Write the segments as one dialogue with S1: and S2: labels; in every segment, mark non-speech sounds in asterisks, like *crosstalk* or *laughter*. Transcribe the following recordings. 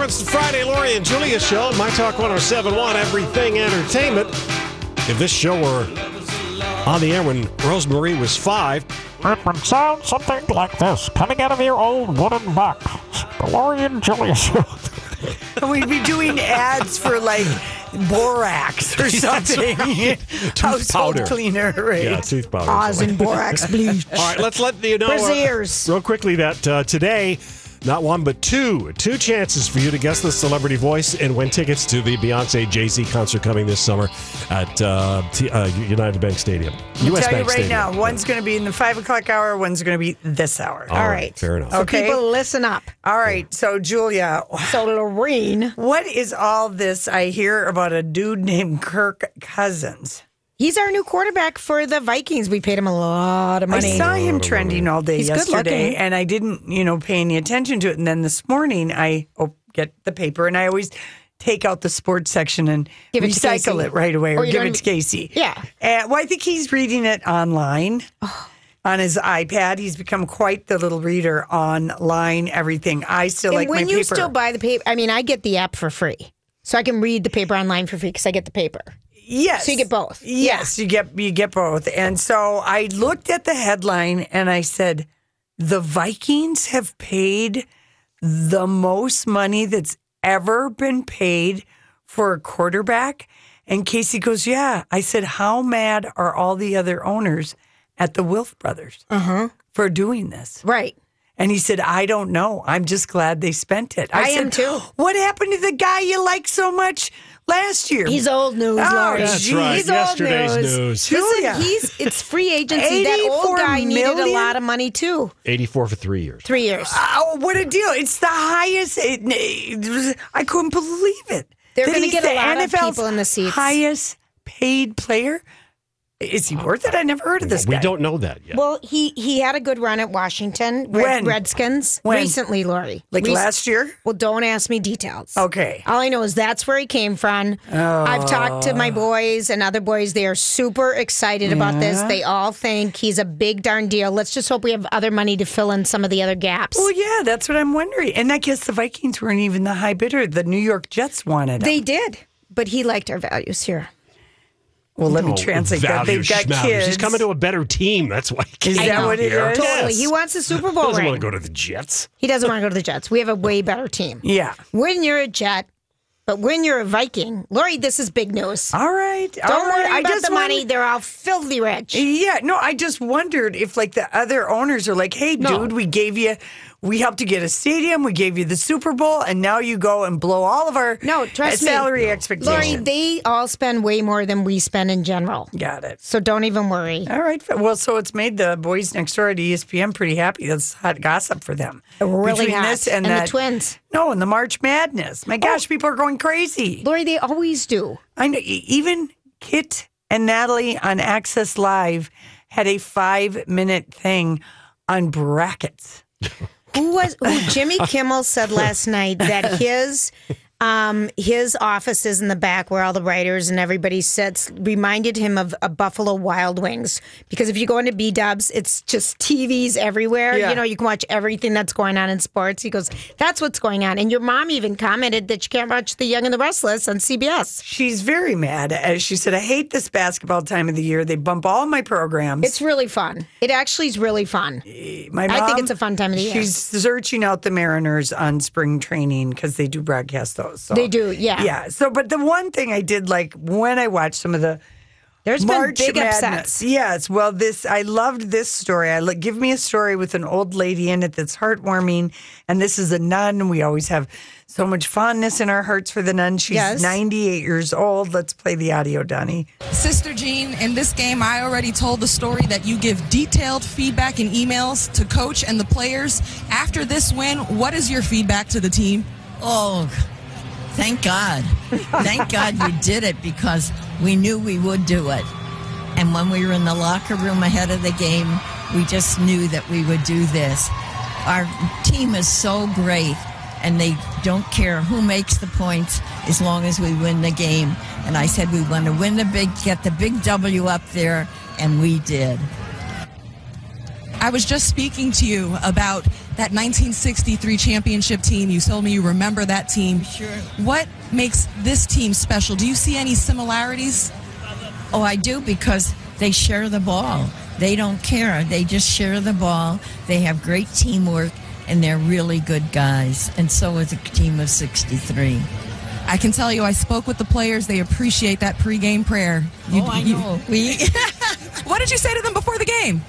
S1: It's the Friday Laurie and Julia show, My Talk 1071, Everything Entertainment. If this show were on the air when Rosemarie was five,
S2: It would sound something like this coming out of your old wooden box. The Laurie and Julia show.
S3: *laughs* We'd be doing ads for like borax
S1: *laughs*
S3: or something. *laughs* Household
S1: powder.
S3: cleaner, right?
S1: yeah, tooth powder. or
S3: Oz
S1: something.
S3: and borax
S1: *laughs*
S3: bleach.
S1: All right, let's let *laughs* you know.
S3: Where's the
S1: uh,
S3: ears?
S1: Real quickly that uh, today, not one but two, two chances for you to guess the celebrity voice and win tickets to the Beyonce Jay Z concert coming this summer at uh, T- uh, United Bank Stadium.
S3: I'll
S1: U.S.
S3: tell you
S1: Bank
S3: right
S1: Stadium.
S3: now, one's going to be in the five o'clock hour, one's going to be this hour.
S1: All right,
S4: right.
S1: fair enough.
S3: Okay.
S4: People, listen up.
S3: All right. So, Julia,
S4: So Lorene,
S3: what is all this I hear about a dude named Kirk Cousins?
S4: he's our new quarterback for the Vikings. We paid him a lot of money.
S3: I saw him trending all day
S4: He's good
S3: yesterday,
S4: looking.
S3: and I didn't, you know, pay any attention to it. And then this morning, I op- get the paper, and I always take out the sports section and
S4: Give it to
S3: recycle
S4: Casey.
S3: it right away, or,
S4: Or you
S3: give
S4: don't
S3: it to Casey.
S4: Yeah. Oh.
S3: Uh, well, I think he's reading it online. On his iPad, he's become quite the little reader online. Everything I still
S4: and
S3: like
S4: when
S3: my
S4: you
S3: paper.
S4: still buy the paper, I mean, I get the app for free, so I can read the paper online for free because I get the paper.
S3: Yes.
S4: So you get both.
S3: Yes, you get you get both. And so I looked at the headline and I said, "The Vikings have paid the most money that's ever been paid for a quarterback." And Casey goes, "Yeah." I said, "How mad are all the other owners at the Wilf brothers for doing this?"
S4: Mm-hmm. Right.
S3: And he said, "I don't know. I'm just glad they spent it."
S4: I
S3: said,
S4: am too.
S3: What happened to the guy you liked so much last year?
S4: He's old news,
S3: Oh,
S4: Laurie.
S3: That's
S4: He's
S3: right.
S4: old
S1: Yesterday's
S4: news.
S1: news.
S3: Julia.
S4: Listen, he's it's free agency. That old
S3: 84 *laughs*
S4: guy needed a
S3: million?
S4: lot of money too.
S1: 84 for three years.
S4: Three years.
S3: Oh, what a deal! It's the highest. It, it was- I couldn't believe it.
S4: They're
S3: That
S4: gonna
S3: he's
S4: get a
S3: the
S4: lot of
S3: NFL's
S4: people in the seats.
S3: Highest paid player. Is he worth it? I never heard of this
S1: we
S3: guy.
S1: don't know that yet.
S4: Well, he he had a good run at Washington Red,
S3: When?
S4: Redskins
S3: When?
S4: recently, Lori.
S3: like
S4: Rec-
S3: last year.
S4: Well, don't ask me details.
S3: Okay.
S4: All I know is that's where he came from. I've talked to
S3: Oh.
S4: my boys and other boys. They are super excited about this. They all think he's a big darn deal. Let's just hope we have other money to fill in some of the other gaps.
S3: Well, yeah, that's what I'm wondering. And I guess the Vikings weren't even the high bidder. The New York Jets wanted. him.
S4: They did, but he liked our values here.
S3: well, let me
S1: Oh,
S3: translate that.
S1: value
S3: They've got
S1: schmallies.
S3: kids.
S1: He's coming to a better team. That's why. He
S3: Is
S1: came
S3: that
S1: out
S3: what it
S1: here.
S3: is?
S4: Totally.
S1: Yes.
S4: He wants a
S1: *laughs*
S4: Super Bowl
S1: doesn't
S4: ring.
S1: want to go to the Jets.
S4: he doesn't want to go to the Jets. We have a way better team.
S3: yeah.
S4: When you're a Jet, but when you're a Viking, Lori, this is big news.
S3: All right.
S4: Don't worry
S3: I
S4: about
S3: just
S4: the money.
S3: wondered-
S4: They're all filthy rich.
S3: Yeah, no, I just wondered if like the other owners are like, "Hey, dude, we gave you, we helped you get a stadium, we gave you the Super Bowl, and now you go and blow all of our
S4: No, trust
S3: uh,
S4: me.
S3: salary
S4: Lori,
S3: expectations."
S4: they all spend way more than we spend in general.
S3: Got it.
S4: So don't even worry.
S3: All right. Well, so it's made the boys next door at E ESPN pretty happy. That's hot gossip for them.
S4: Really
S3: Between
S4: not.
S3: this and,
S4: the
S3: that-
S4: twins.
S3: No, and the March Madness. My gosh, people are going crazy.
S4: Lori, they always do.
S3: I know. e- Even Kit and Natalie on Access Live had a five-minute thing on brackets.
S4: Who was
S3: *laughs*
S4: who Jimmy Kimmel said last night that his um his office is in the back where all the writers and everybody sits reminded him of a Buffalo Wild Wings. Because if you go into B dubs, it's just TVs everywhere.
S3: Yeah.
S4: You know, you can watch everything that's going on in sports. He goes, That's what's going on. And your mom even commented that you can't watch The Young and the Restless on CBS.
S3: She's very mad. As she said, I hate this basketball time of the year. They bump all my programs.
S4: It's really fun. It actually is really fun.
S3: my
S4: I think
S3: mom,
S4: it's a fun time of the year.
S3: She's searching out the Mariners on spring training because they do broadcast those. So.
S4: They do, yeah.
S3: Yeah. So, but the one thing I did like when I watched some of the
S4: There's
S3: March
S4: been big
S3: Madness.
S4: upsets.
S3: Yes. Well, this I loved this story. I like, give me a story with an old lady in it that's heartwarming, and this is a nun. We always have so much fondness in our hearts for the nun. She's
S4: Yes.
S3: 98 years old. Let's play the audio, Donnie.
S5: Sister Jean, in this game, I already told the story that you give detailed feedback in emails to coach and the players. After this win, what is your feedback to the team?
S6: Oh, thank God. Thank God we did it because we knew we would do it. And when we were in the locker room ahead of the game, we just knew that we would do this. Our team is so great and they don't care who makes the points as long as we win the game. And I said we want to win the big get the big W up there and we did.
S5: I I was just speaking to you about that 1963 championship team. You told me you remember that team.
S6: Sure.
S5: What makes this team special? Do you see any similarities?
S6: Oh, I do because they share the ball. They don't care. They just share the ball. They have great teamwork and they're really good guys. And so is a team of 63.
S5: I can tell you, I spoke with the players. They appreciate that pregame prayer. You,
S6: oh, I
S5: you-
S6: know. We,
S5: what did you say to them before the game?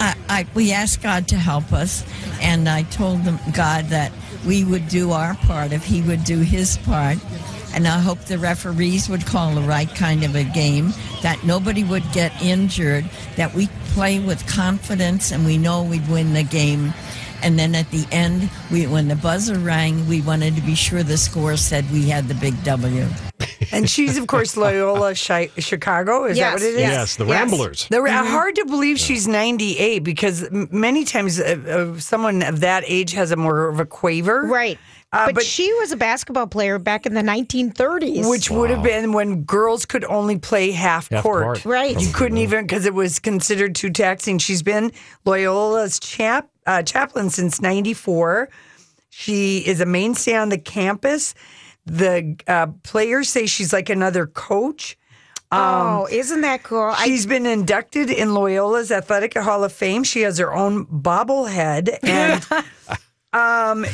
S6: I, I, we asked God to help us, and I told them, God that we would do our part if He would do His part. And I hope the referees would call the right kind of a game, that nobody would get injured, that we play with confidence and we know we'd win the game. And then at the end, we, when the buzzer rang, we wanted to be sure the score said we had the big W.
S3: And she's, of course, Loyola Chi- Chicago. Is that
S4: Yes, Mm-hmm.
S3: what it is?
S4: yes.
S1: Yes, the
S4: Yes.
S1: Ramblers.
S3: The, Hard to believe she's 98 because m- many times uh, uh, someone of that age has a more of a quaver.
S4: Right.
S3: Uh,
S4: but,
S3: but-
S4: she was a basketball player back in the 1930s.
S3: Which would have been when girls could only play half,
S1: Half
S3: court.
S1: court.
S4: Right.
S3: You couldn't even, because it was considered too taxing. She's been Loyola's chap, uh, chaplain since 94. She is a mainstay on the campus. The uh, players say she's like another coach. Um,
S4: oh, isn't that cool? I,
S3: She's been inducted in Loyola's Athletic Hall of Fame. She has her own bobblehead.
S4: *laughs*
S3: And um, uh,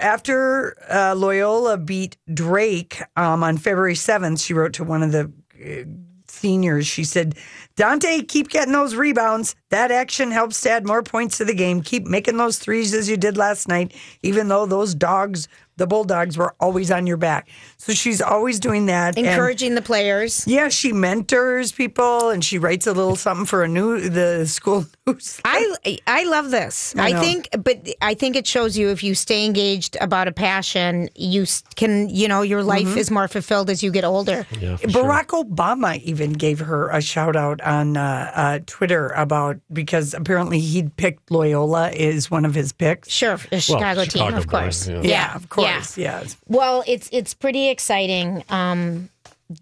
S3: after uh, Loyola beat Drake um, on February 7th, she wrote to one of the uh, seniors. She said, Dante, keep getting those rebounds. That action helps to add more points to the game. Keep making those threes as you did last night, even though those dogs, the Bulldogs, were always on your back. So she's always doing that. and-
S4: encouraging the players.
S3: yeah, she mentors people and she writes a little something for a new the school *laughs* news.
S4: I I love this. I,
S3: know.
S4: think, but I think it shows you if you stay engaged about a passion, you s- can, you know, your life is more fulfilled as you get older.
S1: Yeah, for sure.
S3: Barack Obama even gave her a shout out on uh, uh, Twitter about because apparently he'd picked Loyola is one of his picks.
S4: Sure, a Chicago team,
S1: Chicago
S4: of
S1: boy,
S4: course.
S1: yeah.
S3: Yeah, of course. Yes.
S4: Well, it's it's pretty exciting. Um,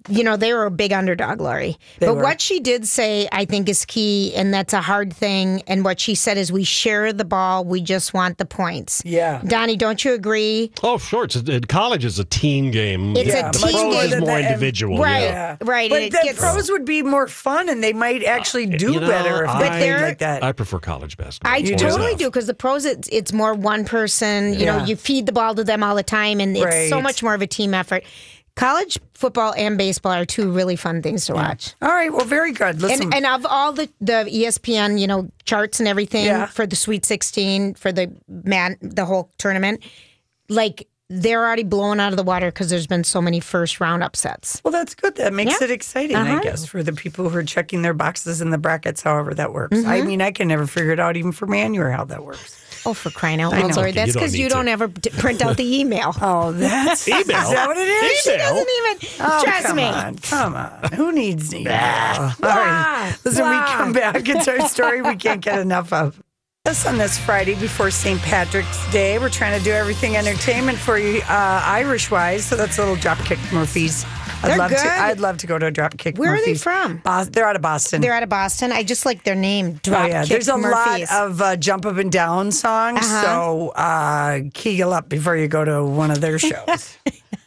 S4: you know, they were a big underdog, Lori. but
S3: were.
S4: what she did say, I think, is key, and that's a hard thing. And what she said is, we share the ball. We just want the points.
S3: Yeah.
S4: Donnie, don't you agree?
S1: Oh, sure. It's, it, college is a team game.
S4: It's a
S1: the
S4: team
S1: pros
S4: game.
S1: is more
S3: And-
S1: individual.
S4: right,
S1: yeah.
S4: right.
S3: But
S4: and
S3: the
S4: it gets,
S3: pros would be more fun and they might actually do
S1: Uh, You know,
S3: better if
S1: I-
S3: they
S1: But
S3: played
S4: they're-
S3: like that.
S1: I prefer college basketball.
S4: I
S1: It's more
S4: totally
S1: tough.
S4: do because the pros, it's, it's more one person. You know,
S3: Yeah.
S4: you feed the ball to them all the time, and it's so
S3: Right.
S4: much more of a team effort. College football and baseball are two really fun things to watch.
S3: All right, well very good. Listen.
S4: And, and of all the, the E ESPN, you know, charts and everything
S3: Yeah.
S4: for the Sweet 16, for the man, the whole tournament, like they're already blown out of the water because there's been so many first round upsets.
S3: well, that's good. That makes
S4: Yeah. Uh-huh.
S3: it exciting, I guess, for the people who are checking their boxes in the brackets, however that works. I mean, I can never figure it out, even for Manuel, how that works.
S4: Mm-hmm. Oh, for crying out
S3: know.
S4: loud, Lori.
S1: Okay, you
S4: That's
S1: don't
S4: because you,
S1: need to.
S4: don't ever d- print out
S3: *laughs*
S4: the email.
S3: Oh, that's email. *laughs* Is that what it is?
S1: Email?
S4: Doesn't even
S3: Oh,
S4: trust
S3: come
S4: me.
S3: on, come on. Who needs email? All right. Listen, we come back.
S4: *laughs*
S3: It's our story we can't get enough of. Just on this Friday before St. Patrick's Day, we're trying to do everything entertainment for you, uh, Irish wise. So that's a little Dropkick Murphys. I'd
S4: They're
S3: love
S4: good.
S3: to. I'd love to go to a Dropkick.
S4: Where are they
S3: Murphys.
S4: from?
S3: Bos- they're out of Boston.
S4: They're out of Boston. I just like their name.
S3: Oh, yeah.
S4: Dropkick
S3: There's a
S4: Murphys. Uh-huh.
S3: lot of uh, jump up and down songs, so uh, kegel up before you go to one of their shows.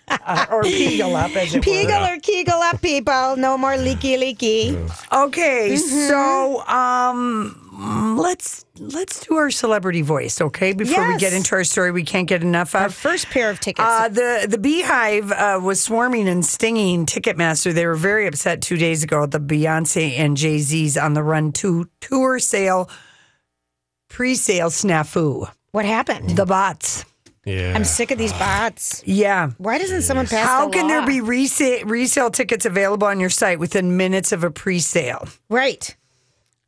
S3: Uh,
S4: *laughs*
S3: or kegel up, as it
S4: Kegel
S3: were.
S4: or Kegel up, people. No more leaky, leaky. Mm-hmm.
S3: Okay, so um, let's let's do our celebrity voice, okay? Before we get
S4: Yes.
S3: into our story, we can't get enough of
S4: Our first pair of tickets.
S3: Uh, the the beehive uh, was swarming and stinging Ticketmaster. They were very upset two days ago at the Beyonce and Jay Z's on the Run Two tour sale pre-sale snafu.
S4: what happened?
S3: The bots,
S1: Yeah.
S4: I'm sick of these bots.
S3: yeah.
S4: Why doesn't someone pass?
S3: How
S4: the
S3: can there
S4: law?
S3: be resale, resale tickets available on your site within minutes of a pre-sale?
S4: right?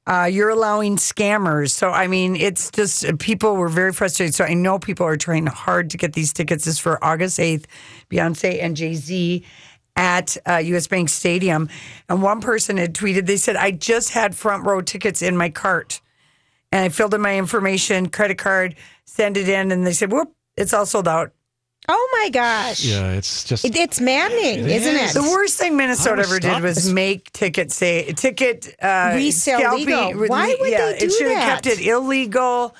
S3: Uh, you're allowing scammers. So, I mean, it's just uh, people were very frustrated. So, I know people are trying hard to get these tickets. This is for August 8th, Beyonce and Jay Z at uh, US Bank Stadium. And one person had tweeted, they said, I just had front row tickets in my cart. And I filled in my information, credit card, send it in. And they said, whoop, it's all sold out.
S4: Oh my gosh.
S1: Yeah, it's just
S4: It- it's maddening,
S1: It
S4: isn't
S1: is.
S4: it?
S3: The worst thing Minnesota
S1: I would
S3: ever
S1: stop
S3: did was
S1: this.
S3: make ticket say ticket uh,
S4: Resale
S3: scalping.
S4: legal.
S3: re-
S4: Why would
S3: yeah,
S4: they do
S3: It should have
S4: that?
S3: kept it illegal.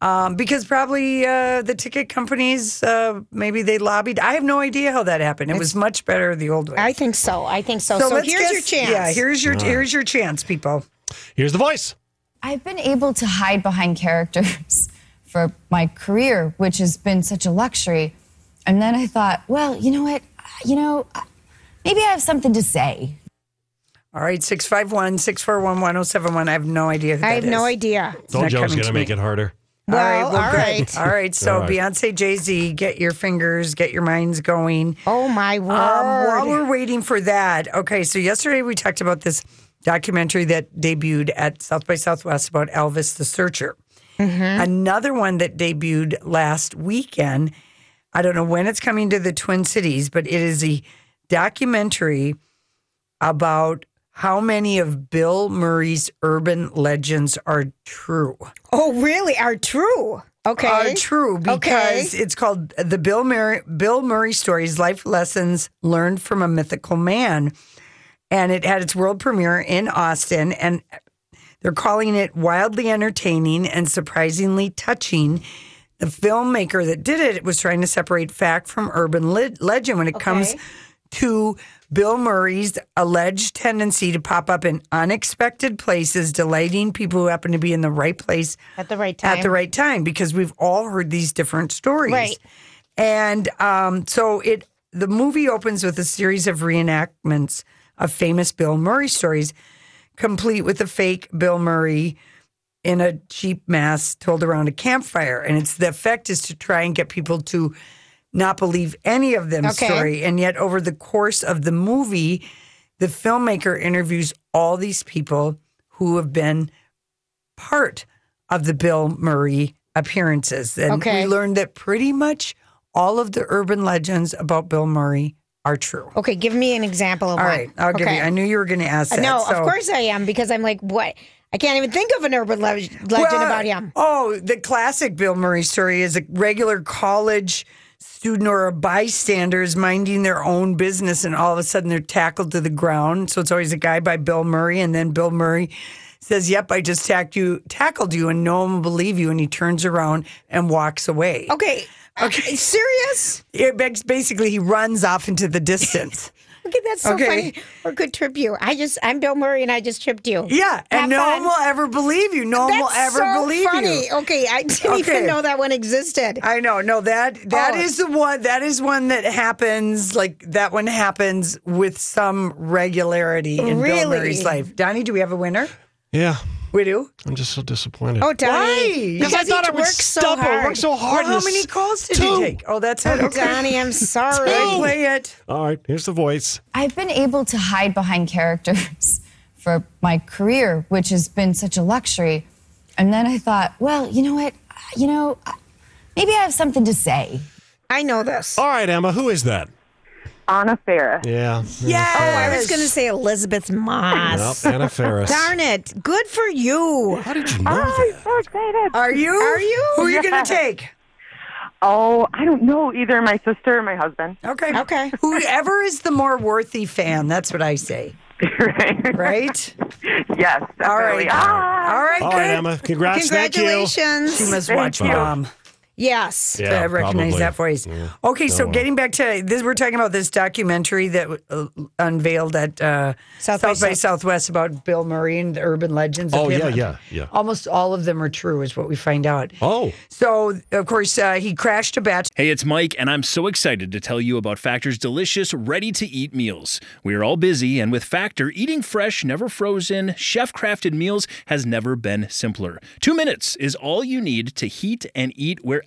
S3: Um, because probably uh, the ticket companies uh, maybe they lobbied. I have no idea how that happened. It was much better the old way.
S4: I think so. I think so. So,
S3: let's
S4: here's your
S3: guess-
S4: chance.
S3: Yeah, here's your here's your chance, people.
S1: here's the voice.
S7: I've been able to hide behind characters *laughs* for my career, which has been such a luxury. And then I thought, well, you know what? You know, maybe I have something to say.
S3: All right, 651 641 1071. I have no idea who
S4: I
S3: that
S4: have no
S3: is.
S4: idea.
S1: Old
S3: not
S1: Joe's
S3: coming
S1: going
S3: to
S1: to make
S3: me.
S1: it harder.
S4: Well,
S3: all right, well,
S4: all
S3: good.
S4: right.
S3: All right, so
S1: All right.
S3: Beyonce, Jay Z, get your fingers, get your minds going.
S4: Oh my word.
S3: Um, while we're waiting for that, okay, so yesterday we talked about this documentary that debuted at South by Southwest about Elvis the Searcher. Mm-hmm.
S4: Mm-hmm.
S3: Another one that debuted last weekend. I don't know when it's coming to the Twin Cities, but it is a documentary about how many of Bill Murray's urban legends are true
S4: oh, really? Are true. Okay.
S3: are true because it's called the Bill Murray Bill Murray stories: life lessons learned from a mythical man, and it had its world premiere in Austin, and they're calling it wildly entertaining and surprisingly touching. The filmmaker that did it was trying to separate fact from urban le- legend when it comes to Bill Murray's alleged tendency to pop up in unexpected places, delighting people who happen to be in the right place
S4: At the right time.
S3: at the right time because we've all heard these different stories.
S4: Right.
S3: And um, so it the movie opens with a series of reenactments of famous Bill Murray stories, complete with a fake Bill Murray in a cheap mask told around a campfire. And it's the effect is to try and get people to not believe any of them
S4: Okay.
S3: story. And yet over the course of the movie, the filmmaker interviews all these people who have been part of the Bill Murray appearances. And
S4: Okay.
S3: we learned that pretty much all of the urban legends about Bill Murray are true.
S4: Okay, give me an example of
S3: All
S4: one.
S3: right, I'll give
S4: Oh, Okay.
S3: you. I knew you were going to ask that.
S4: No,
S3: so-
S4: of course I am because I'm like, what? I can't even think of an urban le- legend
S3: Well,
S4: about him.
S3: Oh, the classic Bill Murray story is a regular college student or a bystander is minding their own business, and all of a sudden they're tackled to the ground. So it's always a guy by Bill Murray, and then Bill Murray says, "Yep, I just tacked you, tackled you, and no one will believe you." And he turns around and walks away.
S4: Okay.
S3: Okay.
S4: Uh, serious?
S3: It begs- basically he runs off into
S4: *laughs*
S3: the distance.
S4: Okay, that's so
S3: Okay.
S4: funny. Or good trip you. I just, I'm Bill Murray and I just tripped you.
S3: yeah, and
S4: Have
S3: no
S4: fun.
S3: one will ever believe you. No one will
S4: That's
S3: ever
S4: so
S3: believe you.
S4: funny. Okay, I didn't
S3: Okay.
S4: even know that one existed.
S3: I know. No, that that
S4: Oh.
S3: is the one. That is one that happens. Like that one happens with some regularity in Bill
S4: Really?
S3: Murray's life. Donnie, do we have a winner?
S1: Yeah,
S3: We do.
S1: I'm just so disappointed.
S4: oh, Donnie.
S3: Why?
S1: because I
S4: he
S1: thought I would
S4: works
S1: stubble,
S4: So hard.
S1: work so hard. in
S3: Well, how
S1: this-
S3: many calls did
S1: Two.
S3: you take? Oh, *laughs* that's it. Okay.
S4: Donnie,
S3: *laughs*
S4: I'm sorry.
S3: Play- Play it.
S1: All right, here's the voice.
S7: I've been able to hide behind characters *laughs* for my career, which has been such a luxury. And then I thought, well, you know what? You know, maybe I have something to say.
S4: I know this.
S1: All right, Emma, who is that?
S8: Anna Ferris.
S1: Yeah.
S3: Yes.
S4: Oh, I was going to say Elizabeth Moss.
S1: Nope, Anna Ferris.
S4: Darn it. Good for you.
S1: How did you know
S8: Oh, I'm
S1: that?
S8: so excited.
S3: Are you? Are
S4: you?
S3: Who are you going to take?
S8: oh, I don't know either my sister or my husband.
S3: Okay.
S4: Okay.
S3: *laughs* Whoever is the more worthy fan, that's what
S8: *laughs*
S3: I say.
S8: right.
S3: Right.
S8: Yes.
S3: All
S8: Definitely.
S3: right.
S8: Ah,
S3: All right.
S1: All
S3: good.
S1: right, Emma, congrats. Thank you.
S4: Congratulations.
S3: You must
S8: Thank
S3: watch
S8: you.
S3: mom.
S4: Yes.
S1: Yeah,
S3: I recognize
S1: probably.
S3: that voice.
S1: Yeah. uh,
S3: Okay, so
S1: well.
S3: getting back to this, we're talking about this documentary that uh, unveiled at uh, South,
S4: South
S3: by,
S4: by
S3: Southwest about Bill Murray and the urban legends. of
S1: Oh,
S3: him.
S1: yeah, yeah, yeah.
S3: Almost all of them are true, is what we find out.
S1: Oh.
S3: So, of course, uh, he crashed a batch.
S9: Hey, it's Mike, and I'm so excited to tell you about Factor's delicious, ready to eat meals. We are all busy, and with Factor, eating fresh, never frozen, chef crafted meals has never been simpler. Two minutes is all you need to heat and eat wherever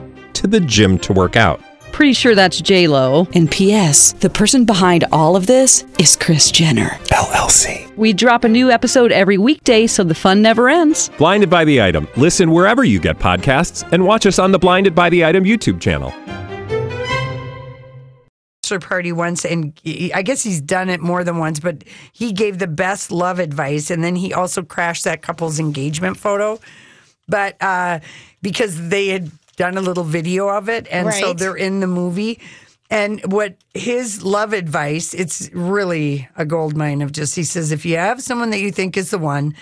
S10: to the gym to work out.
S11: Pretty sure that's J Lo. And P.S. The person behind all of this is Chris Jenner
S10: LLC.
S11: We drop a new episode every weekday, so the fun never ends.
S10: Blinded by the item. Listen wherever you get podcasts, and watch us on the Blinded by the Item YouTube channel.
S3: bachelor party once, and he- I guess he's done it more than once, but he gave the best love advice. And then he also crashed that couple's engagement photo, but uh, because they had done a little video of it. And so
S4: Right.
S3: they're in the movie. And what his love advice, it's really a gold mine of just, he says, if you have someone that you think is the one,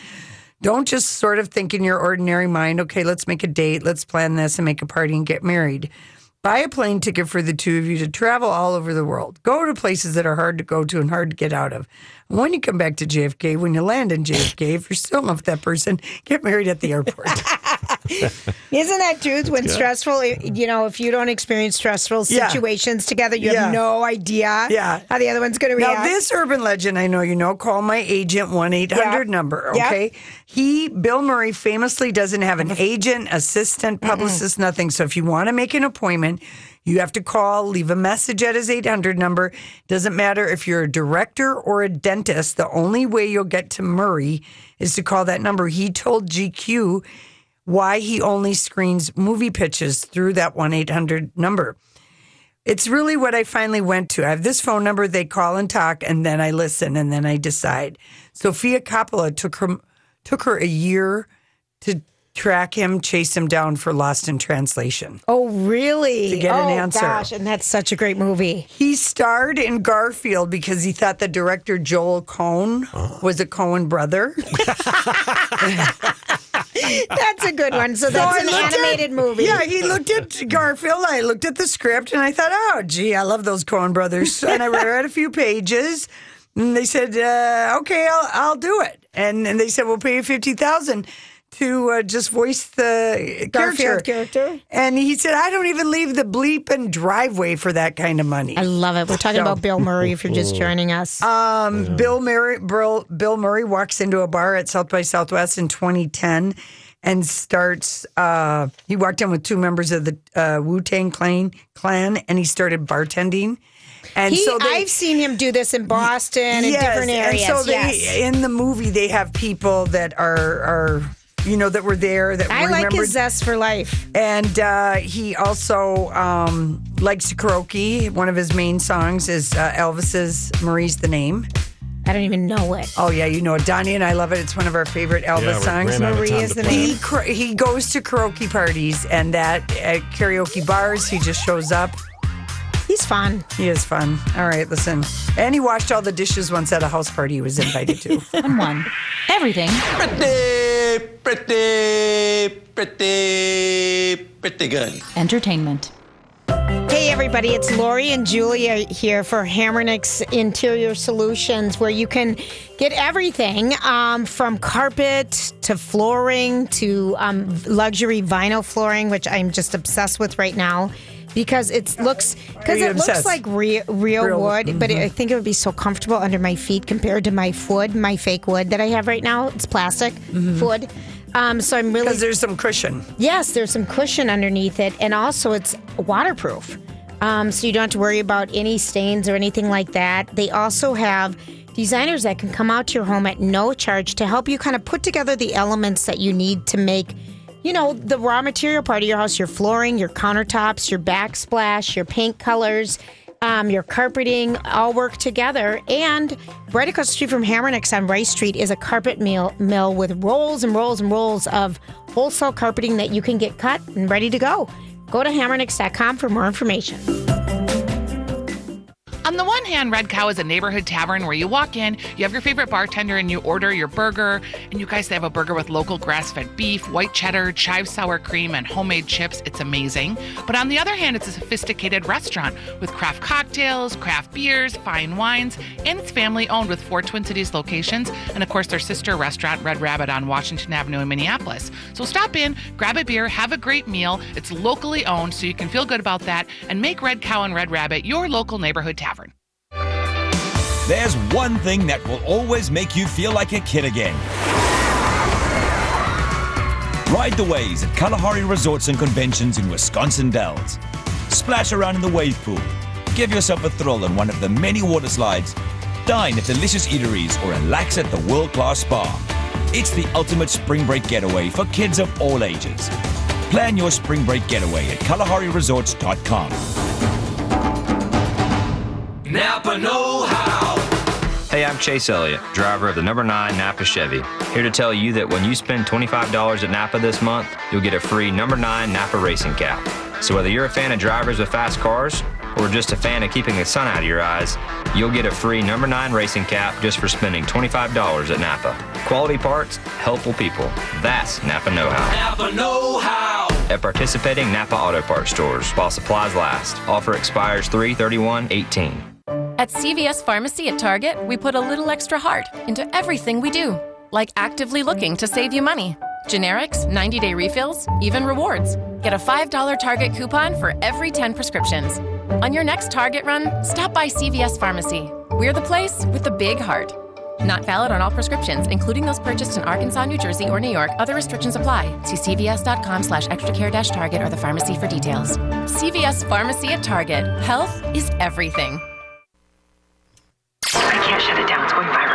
S3: don't just sort of think in your ordinary mind, okay, let's make a date, let's plan this and make a party and get married. Buy a plane ticket for the two of you to travel all over the world. Go to places that are hard to go to and hard to get out of. And when you come back to JFK, when you land in JFK, if you're still in love with that person, get married at the airport.
S4: Isn't that truth? When stressful, you know, if you don't experience stressful
S3: Yeah.
S4: situations together, you
S3: Yeah.
S4: have no idea
S3: Yeah.
S4: how the other one's going to react.
S3: Now, this urban legend I know you know, call my agent 1 800
S4: Yeah.
S3: number,
S4: Yeah.
S3: okay? He, Bill Murray, famously doesn't have an agent, assistant, publicist, nothing. So if you want to make an appointment, you have to call, leave a message at his 800 number. Doesn't matter if you're a director or a dentist, the only way you'll get to Murray is to call that number. He told GQ why he only screens movie pitches through that 1 800 number. It's really what I finally went to. I have this phone number, they call and talk, and then I listen and then I decide. Sophia Coppola took her took her a year to track him, chase him down for Lost in Translation.
S4: oh, really?
S3: To get
S4: oh,
S3: an answer.
S4: gosh, and that's such a great movie.
S3: He starred in Garfield because he thought the director Joel Cohn was a Cohen brother.
S4: That's a good one. So that's
S3: I
S4: an
S3: looked at-
S4: animated movie.
S3: Yeah, he looked at Garfield. I looked at the script and I thought, oh, gee, I love those
S4: *laughs*
S3: Coen brothers. And I read a few pages and they said, uh, okay, I'll, I'll do it. And, and they said, we'll pay you 50000 to uh, just voice the
S4: Garfield
S3: character.
S4: character.
S3: And he said, I don't even leave the bleep and driveway for that kind of money.
S4: I love it. We're talking
S3: So-
S4: about Bill Murray if you're just joining us.
S3: Um, Bill Murray Bill, Bill Murray walks into a bar at South by Southwest in 2010 and starts. Uh, he walked in with two members of the uh, Wu Tang Clan clan, and he started bartending. And
S4: he,
S3: so they,
S4: I've seen him do this in Boston and in different areas.
S3: And so they,
S4: yes.
S3: in the movie, they have people that are are you know that were there that
S4: I
S3: remembered
S4: like his zest for life.
S3: and uh, he also um, likes to karaoke. One of his main songs is uh, Elvis's "Marie's the Name."
S4: I don't even know it.
S3: Oh yeah, you know it. Donnie and I love it. It's one of our favorite
S1: Yeah,
S3: Elvis
S1: we
S3: songs.
S1: ran out of
S4: Marie
S1: time
S4: is
S1: to
S4: the
S1: play.
S3: He cr- he goes to karaoke parties and that at karaoke bars. He just shows up.
S4: He's fun.
S3: He is fun. All right, listen. And he washed all the dishes once at a house party he was
S4: *laughs*
S3: invited to.
S11: One. Everything.
S12: pretty, pretty, pretty, pretty good.
S11: Entertainment.
S4: Hey, everybody, it's Lori and Julia here for Hammernix Interior Solutions, where you can get everything um, from carpet to flooring to um, luxury vinyl flooring, which I'm just obsessed with right now. Because it looks, because
S3: you
S4: it looks
S3: obsessed?
S4: like real, real,
S3: Real- Mm-hmm.
S4: wood, but I think it would be so comfortable under my feet compared to my wood, my fake wood that I have right now. It's plastic wood, um, so I'm really
S3: Mm-hmm. Because there's some cushion.
S4: Yes, there's some cushion underneath it, and also it's waterproof. Um, so you don't have to worry about any stains or anything like that. They also have designers that can come out to your home at no charge to help you kind of put together the elements that you need to make, you know, the raw material part of your house your flooring, your countertops, your backsplash, your paint colors. Um, your carpeting all work together. And right across the street from Hammernix on Rice Street is a carpet mill, mill with rolls and rolls and rolls of wholesale carpeting that you can get cut and ready to go. Go to hammernix.com for more information.
S13: On the one hand, Red Cow is a neighborhood tavern where you walk in, you have your favorite bartender, and you order your burger. And you guys, they have a burger with local grass fed beef, white cheddar, chive sour cream, and homemade chips. It's amazing. But on the other hand, it's a sophisticated restaurant with craft cocktails, craft beers, fine wines, and it's family owned with four Twin Cities locations. And of course, their sister restaurant, Red Rabbit, on Washington Avenue in Minneapolis. So stop in, grab a beer, have a great meal. It's locally owned, so you can feel good about that, and make Red Cow and Red Rabbit your local neighborhood tavern.
S14: There's one thing that will always make you feel like a kid again. Ride the waves at Kalahari Resorts and Conventions in Wisconsin Dells. Splash around in the wave pool. Give yourself a thrill in one of the many water slides. Dine at delicious eateries or relax at the world class spa. It's the ultimate spring break getaway for kids of all ages. Plan your spring break getaway at KalahariResorts.com.
S12: Napa Know How.
S15: Hey, I'm Chase Elliott, driver of the number nine Napa Chevy. Here to tell you that when you spend $25 at Napa this month, you'll get a free number nine Napa racing cap. So, whether you're a fan of drivers with fast cars or just a fan of keeping the sun out of your eyes, you'll get a free number nine racing cap just for spending $25 at Napa. Quality parts, helpful people. That's Napa Know How.
S12: Napa Know How.
S15: At participating Napa Auto Parts stores while supplies last. Offer expires 3 31 18.
S16: At CVS Pharmacy at Target, we put a little extra heart into everything we do, like actively looking to save you money. Generics, 90 day refills, even rewards. Get a $5 Target coupon for every 10 prescriptions. On your next Target run, stop by CVS Pharmacy. We're the place with the big heart. Not valid on all prescriptions, including those purchased in Arkansas, New Jersey, or New York. Other restrictions apply. See cvs.com slash extracare dash target or the pharmacy for details. CVS Pharmacy at Target. Health is everything.
S17: I can't shut it down. It's going viral.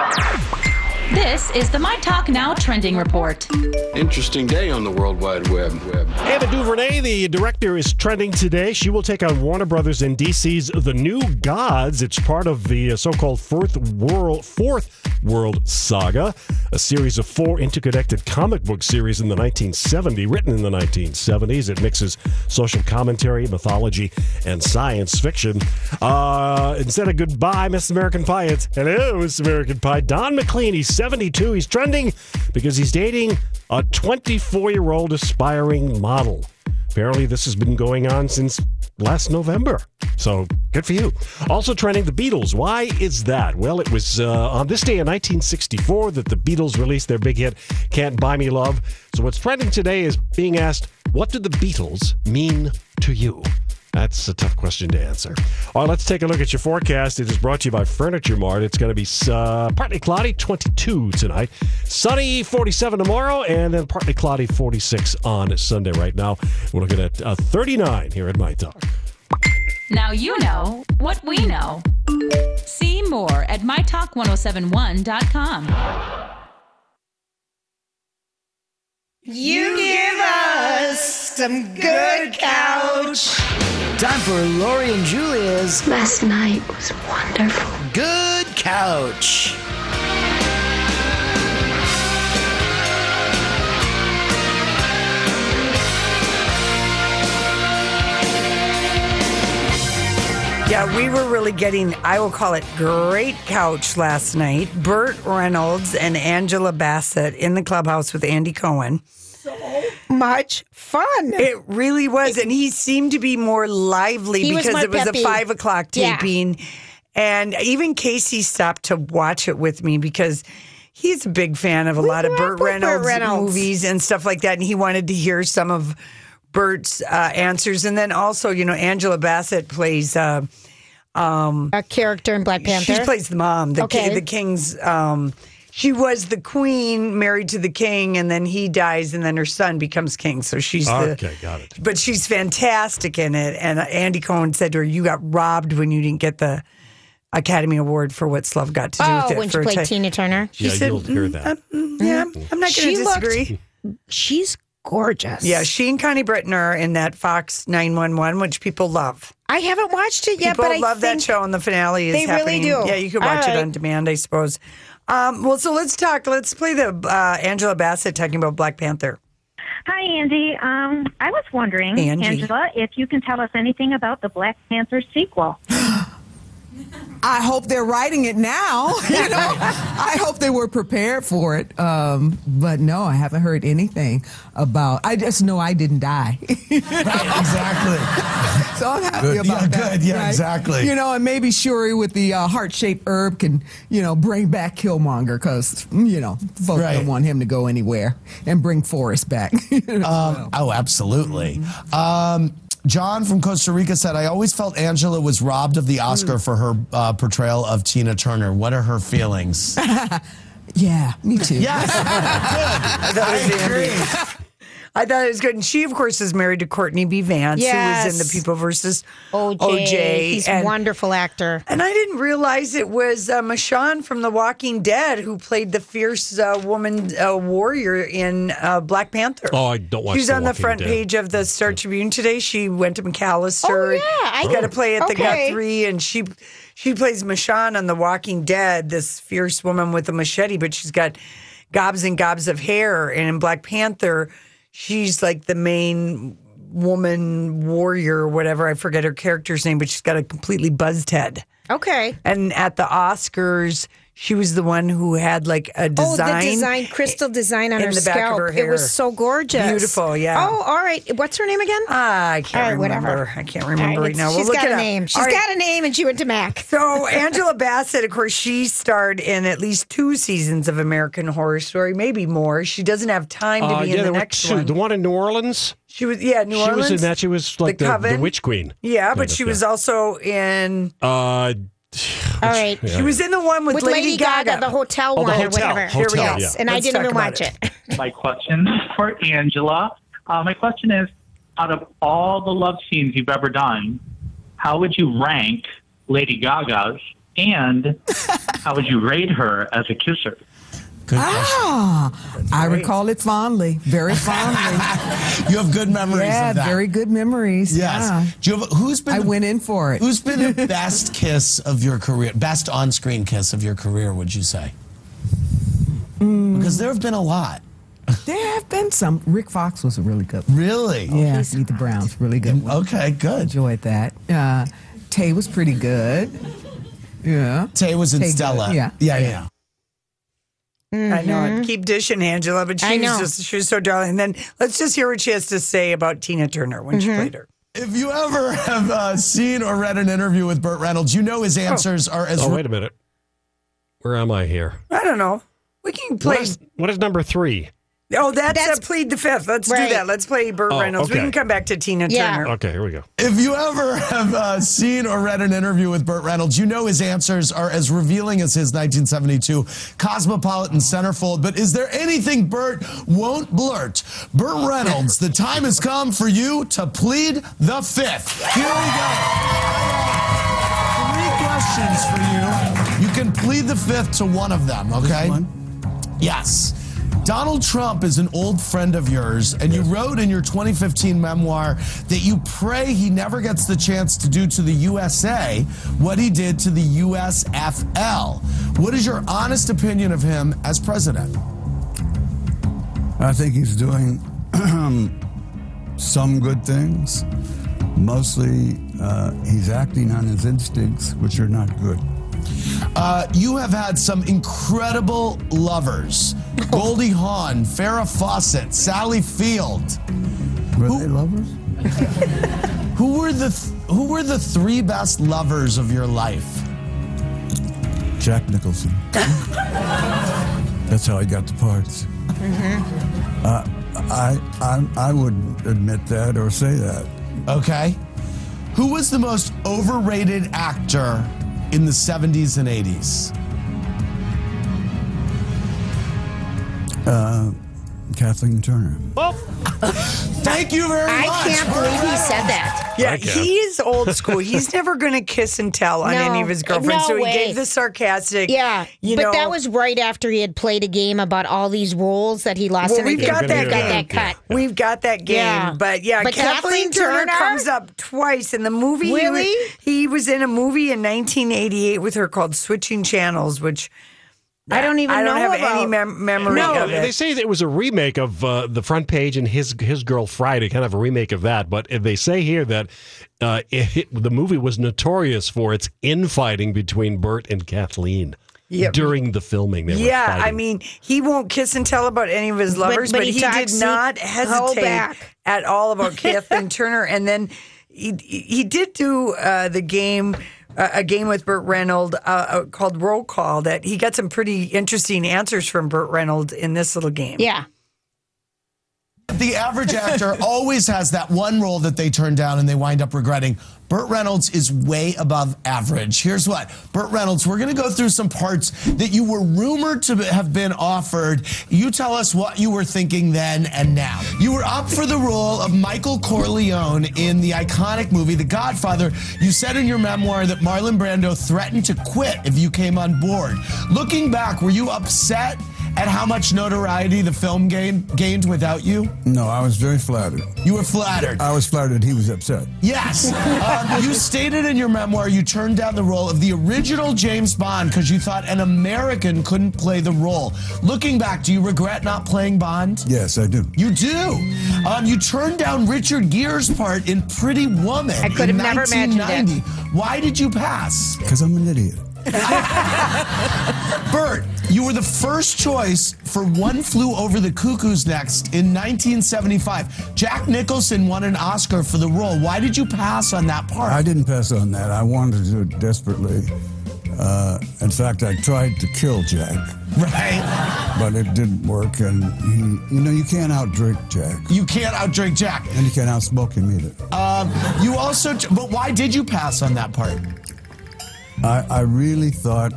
S17: This is the My Talk Now trending report.
S18: Interesting day on the World Wide Web. Web.
S1: Ava DuVernay, the director, is trending today. She will take on Warner Brothers and DC's The New Gods. It's part of the uh, so-called Fourth World Fourth World Saga, a series of four interconnected comic book series in the 1970s, written in the 1970s. It mixes social commentary, mythology, and science fiction. Uh, instead of goodbye, Miss American Pie, it's hello, Miss American Pie. Don McLean, he's 72. He's trending because he's dating a 24 year old aspiring model. Apparently, this has been going on since last November. So good for you. Also trending the Beatles. Why is that? Well, it was uh, on this day in 1964 that the Beatles released their big hit, Can't Buy Me Love. So what's trending today is being asked, what do the Beatles mean to you? That's a tough question to answer. All right, let's take a look at your forecast. It is brought to you by Furniture Mart. It's going to be uh, partly cloudy, 22 tonight, sunny, 47 tomorrow, and then partly cloudy, 46 on Sunday. Right now, we're looking at uh, 39 here at My Talk.
S17: Now you know what we know. See more at mytalk1071.com.
S4: You give us some good couch.
S19: Time for Lori and Julia's. Last night was wonderful. Good couch.
S3: Yeah, we were really getting, I will call it great couch last night. Burt Reynolds and Angela Bassett in the clubhouse with Andy Cohen. So much fun. It really was. and he seemed to be more lively
S4: He was
S3: because
S4: more
S3: it was
S4: peppy.
S3: a five o'clock
S4: Yeah.
S3: taping. And even Casey stopped to watch it with me because he's a big fan of a lot of Burt
S4: with Burt
S3: Reynolds,
S4: Reynolds.
S3: movies and stuff like that. And he wanted to hear some of Burt's uh, answers. And then also, you know, Angela Bassett plays. Uh, um,
S4: a character in Black Panther?
S3: She plays the mom, the,
S4: Okay.
S3: ki- the king's. Um, she was the queen, married to the king, and then he dies, and then her son becomes king. So she's
S20: Ah,
S3: the-
S1: okay, got it.
S3: but she's fantastic in it. And Andy Cohen said to her, "You got robbed when you didn't get the Academy Award for what's love got to do with
S4: Oh,
S3: it."
S4: when she
S3: for
S4: played
S3: Ti-
S4: Tina Turner. Mm-hmm.
S3: She said, "Mm, I'm- mm, yeah, I'm not going to
S4: She looked-
S3: disagree.
S4: she's gorgeous.
S3: Yeah, she and Connie Britton are in that Fox 911, which people love.
S4: I haven't watched it yet,
S3: People
S4: but I
S3: love that
S4: think
S3: show, and the finale is
S4: they really
S3: happening.
S4: do.
S3: Yeah, you can watch
S4: All
S3: it
S4: right.
S3: on demand, I suppose. Um, well, so let's talk. Let's play the uh, Angela Bassett talking about Black Panther.
S21: Hi, Andy. Um, I was wondering,
S3: Angie.
S21: Angela, if you can tell us anything about the Black Panther sequel.
S22: I hope they're writing it now. *laughs* You know, I hope they were prepared for it. Um, but no, I haven't heard anything about. I just know I didn't die. *laughs* exactly. So I'm happy
S23: Good.
S22: about
S23: Yeah,
S22: that.
S23: good. Yeah, exactly.
S22: You know, and maybe Shuri with the uh, heart-shaped herb can, you know, bring back Killmonger because you know folks don't want him to go anywhere, and bring Forrest back. *laughs*
S1: *laughs*
S19: Um, *laughs* oh, absolutely. Um, John from Costa Rica said, I always felt Angela was robbed of the
S1: Mm.
S19: Oscar for her uh, portrayal of Tina Turner. What are
S1: *laughs*
S19: her feelings?
S22: yeah, me too.
S4: *laughs*
S3: I thought it was Andy. *laughs* I thought it was good. And she, of course, is married to Courtney B. Vance, who was in
S4: Yes.
S3: the People versus
S4: OJ.
S3: OJ.
S4: He's
S3: and,
S4: wonderful actor.
S3: and I didn't realize it was uh, Michonne from The Walking Dead who played the fierce uh, woman uh, warrior in uh, Black Panther.
S1: Oh, I don't watch
S3: She's
S1: The
S3: on the
S1: Walking
S3: front
S1: Dead.
S3: page of the Star Tribune today. She went to McAllister. Oh, yeah.
S4: I-
S3: She got to play at the
S4: Okay.
S3: Guthrie, and she she plays Michonne on The Walking Dead, this fierce woman with a machete, but she's got gobs and gobs of hair. And in Black Panther, she's like the main woman warrior, or whatever. I forget her character's name, but she's got a completely buzzed head.
S4: Okay.
S3: And at the Oscars, she was the one who had like a design.
S4: Oh, the design, crystal design on
S3: in
S4: her
S3: the
S4: scalp.
S3: back of her
S4: It
S3: hair.
S4: was so gorgeous.
S3: Beautiful, yeah. Ah,
S4: Oh, all right. What's her name again?
S3: I can't
S4: all right,
S3: remember.
S4: Whatever.
S3: I can't remember right,
S4: it's-
S3: now. We'll
S4: she's
S3: look
S4: got
S3: it
S4: a
S3: up.
S4: name. She's
S3: All right.
S4: got a name, and she went to Mac.
S3: So Angela Bassett, of course, she starred in at least two seasons of American Horror Story, maybe more. She doesn't have time to
S1: Uh,
S3: be
S1: yeah,
S3: in the
S1: there were
S3: next
S1: two.
S3: one.
S1: The one in New Orleans.
S3: She was yeah, New
S1: she
S3: Orleans.
S1: was in that. She was like the, the,
S3: Coven.
S1: witch queen.
S3: Yeah, but
S1: Kind of,
S3: she
S1: yeah.
S3: was also in.
S1: Uh,
S4: All right.
S1: Yeah.
S3: She was in the one with,
S4: With Lady Gaga, the hotel
S1: Oh, the
S4: one
S1: hotel,
S4: or whatever.
S1: hotel,
S4: yes,
S1: yeah.
S4: and I
S1: Let's
S4: didn't
S1: talk
S4: even
S1: about
S4: watch it.
S1: *laughs*
S24: my question for Angela. Uh, my question is out of all the love scenes you've ever done, how would you rank Lady Gaga's and how would you rate her as a kisser?
S22: ah, I recall it fondly, very fondly.
S19: *laughs* you have good memories of
S22: yeah,
S19: that.
S22: very good memories.
S19: Yes.
S22: Yeah.
S19: Do you have- who's been?
S22: I went in for it.
S19: Who's been
S22: *laughs*
S19: the best kiss of your career? Best on-screen kiss of your career? Would you say? Because there have been a lot.
S22: Mm. There have been some. Rick Fox was a really good
S19: one. Really?
S22: Yeah, Ethan Brown's really good one.
S19: Okay, good.
S22: Enjoyed that. Uh, Tay was pretty good. Yeah.
S19: Tay was in
S22: Tay good,
S19: Stella.
S22: Yeah.
S19: Yeah, yeah.
S3: I
S4: Mm-hmm.
S3: know. it. Keep dishing, Angela, but
S22: I
S3: she was
S22: know.
S3: just she was so darling. And then let's just hear what she has to say about Tina Turner when
S4: Mm-hmm.
S3: she played her.
S19: If you ever *laughs* have uh, seen or read an interview with Burt Reynolds, you know his answers are as.
S1: oh, wait a minute. Where am I here?
S3: I don't know. We can play.
S1: What is, what is number three?
S3: oh, that's, a plead the fifth. Let's
S19: Right.
S3: do that. Let's play Burt
S1: Oh,
S3: Reynolds. We
S1: okay.
S3: can come back to Tina Turner.
S1: Okay, here we go.
S19: If you ever *laughs* have uh, seen or read an interview with Burt Reynolds, you know his answers are as revealing as his 1972 Cosmopolitan Centerfold. But is there anything Burt won't blurt? Burt Reynolds, the time has come for you to plead the fifth. Here we go. Three questions for you. You can plead the fifth to one of them, okay? Yes. Donald Trump is an old friend of yours, and you wrote in your 2015 memoir that you pray he never gets the chance to do to the USA what he did to the USFL. What is your honest opinion of him as president?
S20: I think he's doing um, some good things. Mostly, uh, he's acting on his instincts, which are not good.
S19: Uh, you have had some incredible
S20: *laughs*
S19: lovers Goldie Hawn, Farrah Fawcett, Sally Field.
S20: Were they lovers?
S19: *laughs* Who were the Who were the three best lovers of your life?
S20: Jack Nicholson. That's how I got the parts. Uh, I, I I wouldn't admit that or say that.
S19: Okay. Who was the most overrated actor in the 70s and 80s?
S20: Uh, Kathleen Turner.
S19: Thank you very
S4: I
S19: much.
S4: can't believe he said that.
S3: Yeah,
S20: I can.
S3: he's old
S4: *laughs*
S3: school. He's never going to kiss and tell on any of his
S4: no
S3: girlfriends. so he
S4: way.
S3: gave the sarcastic.
S4: Yeah,
S3: you
S4: but
S3: know,
S4: that was right after he had played a game about all these roles that he lost.
S3: Well,
S4: and I
S3: we've
S4: think
S3: got
S4: they
S3: that,
S4: got
S3: game.
S4: that cut.
S3: We've got that game.
S4: Yeah.
S3: But yeah,
S4: But
S3: Kathleen,
S4: Kathleen
S3: Turner,
S4: Turner?
S3: comes up twice in the movie. He
S4: Really?
S3: was, he was in a movie in 1988 with her called Switching Channels, which
S4: I don't even
S3: I don't
S4: know
S3: have
S4: about
S3: any mem- memory
S1: No,
S3: of it.
S1: they say it was a remake of uh, the front page and his his girl Friday, kind of a remake of that. But they say here that uh, it, it- the movie was notorious for its infighting between Bert and Kathleen
S3: Yeah.
S1: during the filming. They
S3: yeah,
S1: were
S3: I
S1: fighting.
S3: mean, he won't kiss and tell about any of his lovers, but,
S4: but
S3: he,
S4: he
S3: did
S4: talks- he-
S3: not
S4: hold
S3: hesitate
S4: back.
S3: at
S4: *laughs*
S3: all about Kathleen Turner. And then he, he did do uh, the game, uh, a game with Burt Reynolds uh, uh, called Roll Call. That he got some pretty interesting answers from Burt Reynolds in this little game.
S4: Yeah.
S19: The average actor always has that one role that they turn down and they wind up regretting. Burt Reynolds is way above average. Here's what Burt Reynolds, we're going to go through some parts that you were rumored to have been offered. You tell us what you were thinking then and now. You were up for the role of Michael Corleone in the iconic movie The Godfather. You said in your memoir that Marlon Brando threatened to quit if you came on board. Looking back, were you upset? at how much notoriety the film gained, gained without you?
S20: No, I was very flattered.
S19: You were flattered.
S20: I was flattered. He was upset.
S19: Yes. Um, you stated in your memoir you turned down the role of the original James Bond because you thought an American couldn't play the role. Looking back, do you regret not playing Bond?
S20: Yes, I do.
S19: You do. Um, you turned down Richard Gere's part in Pretty Woman.
S20: I could
S19: in
S20: have never imagined it.
S19: 1990. Why did you pass?
S20: Because I'm an idiot.
S19: Bert, you were the first choice for One Flew Over the Cuckoo's Next in 1975. Jack Nicholson won an Oscar for the role. Why did you pass on that part?
S20: I didn't pass on that. I wanted to do it desperately. Uh, in fact, I tried to kill Jack.
S19: Right.
S20: But it didn't work, and he, you know you can't outdrink Jack,
S19: You can't outdrink Jack.
S20: and you can't outsmoke him either.
S19: Um, you also, t- but why did you pass on that part?
S20: I, I really thought,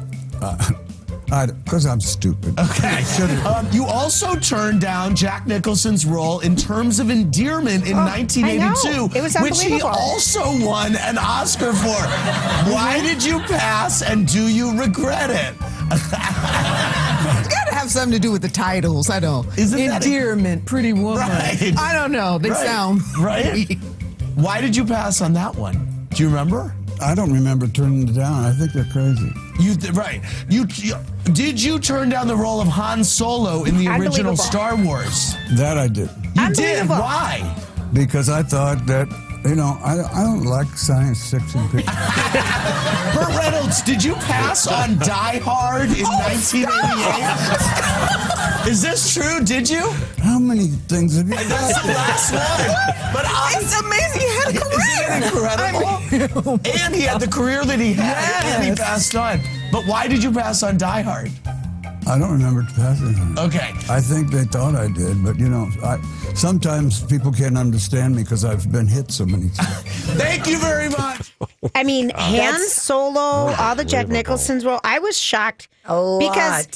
S20: because I'm stupid.
S19: Okay. Um, you also turned down Jack Nicholson's role in Terms of Endearment in
S4: Oh, I
S19: 1982,
S4: know. It was
S19: which he
S4: unbelievable.
S19: also won an Oscar for.
S4: *laughs*
S19: Why did you pass, and do you regret it?
S22: *laughs* It's got to have something to do with the titles. I don't.
S19: Isn't that a-
S22: Endearment, Pretty Woman.
S19: Right.
S22: I don't know. They
S19: Right.
S22: sound
S19: right. Why did you pass on that one? Do you remember?
S20: I don't remember turning it down. I think they're crazy.
S19: You th- right. You, you did you turn down the role of Han Solo in the original
S20: Unbelievable.
S19: Star Wars?
S20: That I did.
S19: You did. Why?
S20: Because I thought that, you know, I, I don't like science fiction pictures.
S19: Burt Reynolds, did you pass
S4: *laughs*
S19: on Die Hard
S22: Oh,
S19: in 1988? Is this true? Did you?
S20: How many things have you
S19: That's the last one. But I,
S22: It's *laughs* amazing. He had a
S19: Isn't it incredible? and he had the career that he had, and he passed on. But why did you pass on Die Hard?
S20: I don't remember passing on it.
S19: Okay.
S20: I think they thought I did, but you know, I, sometimes people can't understand me because I've been hit so many times.
S19: Thank you very much.
S4: I mean, Han
S3: That's
S4: Solo, all the Jack
S20: unbelievable.
S4: Nicholson's role. I was shocked because
S3: Lot.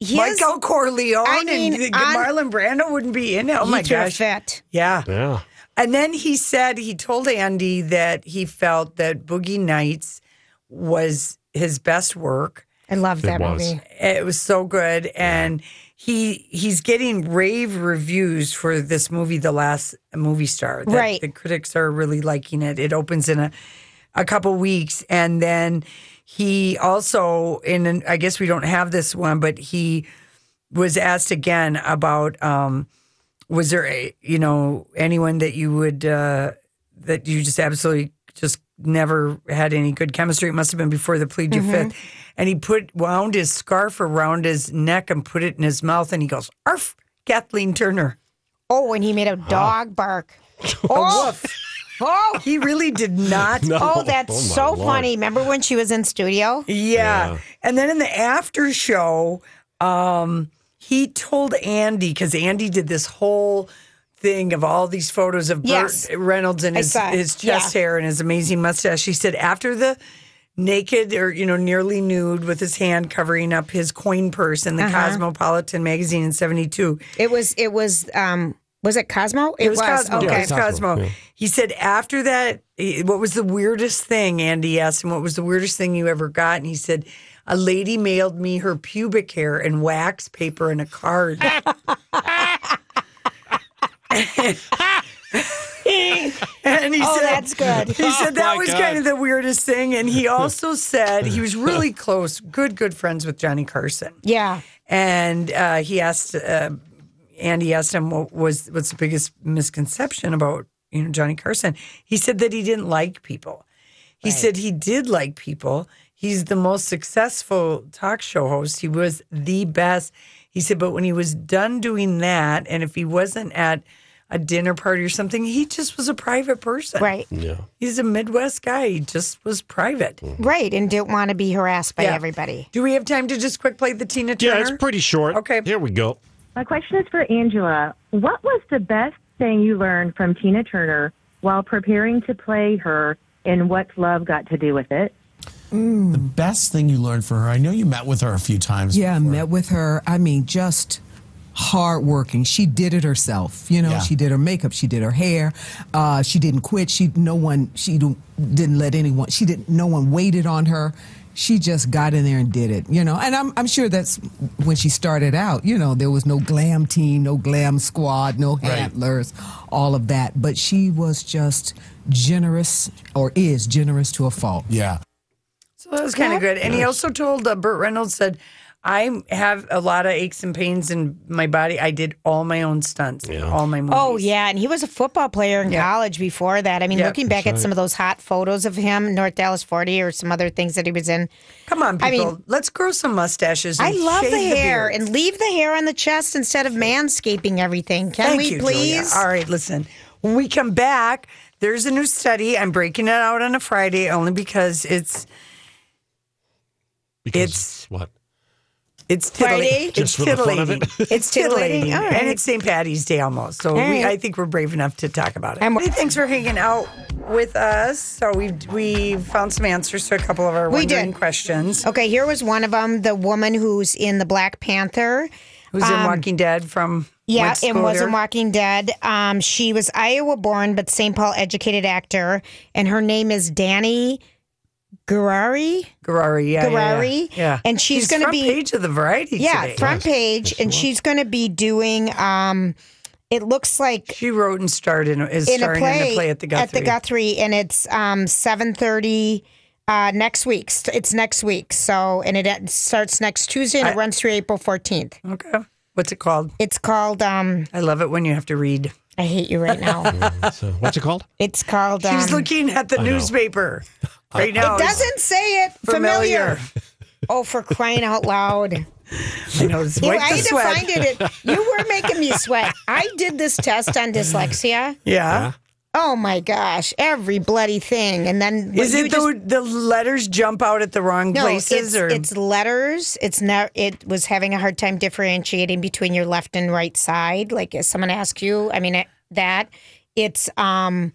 S4: his,
S3: Michael Corleone
S4: I mean,
S3: and
S4: on-
S3: Marlon Brando wouldn't be in it. Oh
S4: He
S3: my
S4: threw a
S3: gosh.
S4: fit.
S3: Yeah.
S1: Yeah.
S3: And then he said he told Andy that he felt that Boogie Nights was his best work.
S4: I love
S1: It that was. movie.
S3: It was so good, and he he's getting rave reviews for this movie, The Last Movie Star. that
S4: Right.
S3: the critics are really liking it. It opens in a a couple weeks, and then he also in an, I guess we don't have this one, but he was asked again about um, was there a, you know anyone that you would uh, that you just absolutely just never had any good chemistry it must have been before the plead your fifth and he put wound his scarf around his neck and put it in his mouth and he goes arf kathleen turner
S4: Oh, and he made a dog bark.
S1: *laughs*
S4: Oh, oh,
S3: he really did not
S1: No.
S4: oh, that's
S1: Oh, my
S4: so
S1: Lord.
S4: funny. Remember when she was in studio?
S3: Yeah.
S1: Yeah.
S3: And then in the after show, um, he told Andy because Andy did this whole thing of all these photos of Burt
S4: Yes.
S3: Reynolds and
S4: I
S3: his,
S4: saw it.
S3: his chest
S4: Yeah.
S3: hair and his amazing mustache. He said after the naked or you know nearly nude with his hand covering up his coin purse in the
S4: Uh-huh.
S3: Cosmopolitan magazine in '72.
S4: It was. It was. Um, was it Cosmo?
S3: It, was, Cosmo.
S4: Okay.
S3: It was Cosmo. He said after that, eh, what was the weirdest thing? Andy asked him, "What was the weirdest thing you ever got?" And he said, "A lady mailed me her pubic hair and wax paper and a card." *laughs* And he
S4: Oh,
S3: said,
S4: that's good.
S3: He said that
S4: Oh, my
S3: was
S4: God.
S3: kind of the weirdest thing. And he also said he was really close, good, good friends with Johnny Carson.
S4: Yeah.
S3: And uh, he asked, uh, Andy asked him what was what's the biggest misconception about you know Johnny Carson. He said that he didn't like people. He said he did like people. He's the most successful talk show host. He was the best. He said, but when he was done doing that, and if he wasn't at a dinner party or something, he just was a private person.
S4: Right.
S1: Yeah.
S3: He's a Midwest guy. He just was private.
S4: Right, and didn't want to be harassed by
S3: Yeah.
S4: everybody.
S3: Do we have time to just quick play the Tina Turner?
S1: Yeah, it's pretty short. Okay. Here we go.
S2: My question is for Angela. What was the best thing you learned from Tina Turner while preparing to play her, and what love got to do with it?
S19: The best thing you learned from her, I know you met with her a few times.
S22: Yeah, I met with her. I mean, just hardworking. She did it herself. You know,
S19: Yeah.
S22: she did her makeup, she did her hair. Uh, she didn't quit. She no one. She don't- didn't let anyone. She didn't. No one waited on her. She just got in there and did it, you know. And I'm, I'm sure that's when she started out, you know, there was no glam team, no glam squad, no
S5: Right.
S22: handlers, all of that. But she was just generous or is generous to a fault.
S19: Yeah.
S3: So that was kind of good. And he also told uh, Burt Reynolds said, "I have a lot of aches and pains in my body. I did all my own stunts, in all my movies."
S4: Oh yeah, and he was a football player in
S3: Yeah.
S4: college before that. I mean,
S3: Yeah.
S4: looking back
S3: That's
S4: at some
S3: right.
S4: of those hot photos of him, North Dallas Forty, or some other things that he was in.
S3: Come on, people.
S4: I mean-
S3: let's grow some mustaches.
S4: I
S3: And
S4: love the
S3: shave
S4: hair
S3: beard.
S4: and leave the hair on the chest instead of manscaping everything. Can
S3: Thank
S4: we
S3: you, Julia.
S4: please?
S3: All right, listen. When we come back, there's a new study. I'm breaking it out on a Friday only because it's it's
S1: what
S3: it's titillating.
S4: Friday?
S3: It's
S4: Just for the fun
S3: titillating.
S4: of it? *laughs*
S3: It's titillating,
S4: All right.
S3: and it's St. Patty's Day almost. So
S4: All
S3: we,
S4: right.
S3: I think we're brave enough to talk about it. Hey, thanks for hanging out with us. So we we found some answers to a couple of our
S4: We
S3: wondering
S4: did.
S3: questions.
S4: Okay, here was one of them. The woman who's in the Black Panther,
S3: Who's in
S4: Um,
S3: Walking Dead from
S4: Yeah,
S3: Wentz
S4: it was
S3: Scooter.
S4: in Walking Dead. Um, she was Iowa born, but St. Paul educated actor, and her name is Danny Guerrari.
S3: Guerrari, yeah, yeah,
S4: Guerrari.
S3: yeah. Yeah.
S4: and she's
S3: She's
S4: going to
S3: front
S4: be
S3: page of the Variety
S4: Yeah,
S3: today.
S4: front
S3: Yes,
S4: page, and she's going to be doing. Um, it looks like
S3: She wrote and starred in is
S4: in a
S3: starring
S4: play,
S3: in a play at the Guthrie.
S4: Guthrie, and it's um, seven thirty uh, next week. St- It's next week, so and it en- starts next Tuesday and
S3: I-
S4: it runs through April fourteenth.
S3: Okay, what's it called?
S4: It's called. Um,
S3: I love it when you have to read.
S4: I hate you right now.
S1: So, what's it called?
S4: it's called. Um,
S3: She's looking at the
S1: I know.
S3: newspaper right now.
S4: It doesn't say it. Familiar. Oh, for crying out loud!
S3: I know. It's
S4: You,
S3: wipe
S4: I
S3: the
S4: had to
S3: sweat.
S4: find it. It- You were making me sweat. I did this test on dyslexia.
S3: *laughs* Yeah.
S4: Oh my gosh! Every bloody thing, and then
S3: Is
S4: you
S3: it
S4: just-
S3: though the letters jump out at the wrong
S4: No, it's,
S3: places or
S4: it's letters. It's not. It was having a hard time differentiating between your left and right side. Like if someone asks you, I mean it, that. It's um,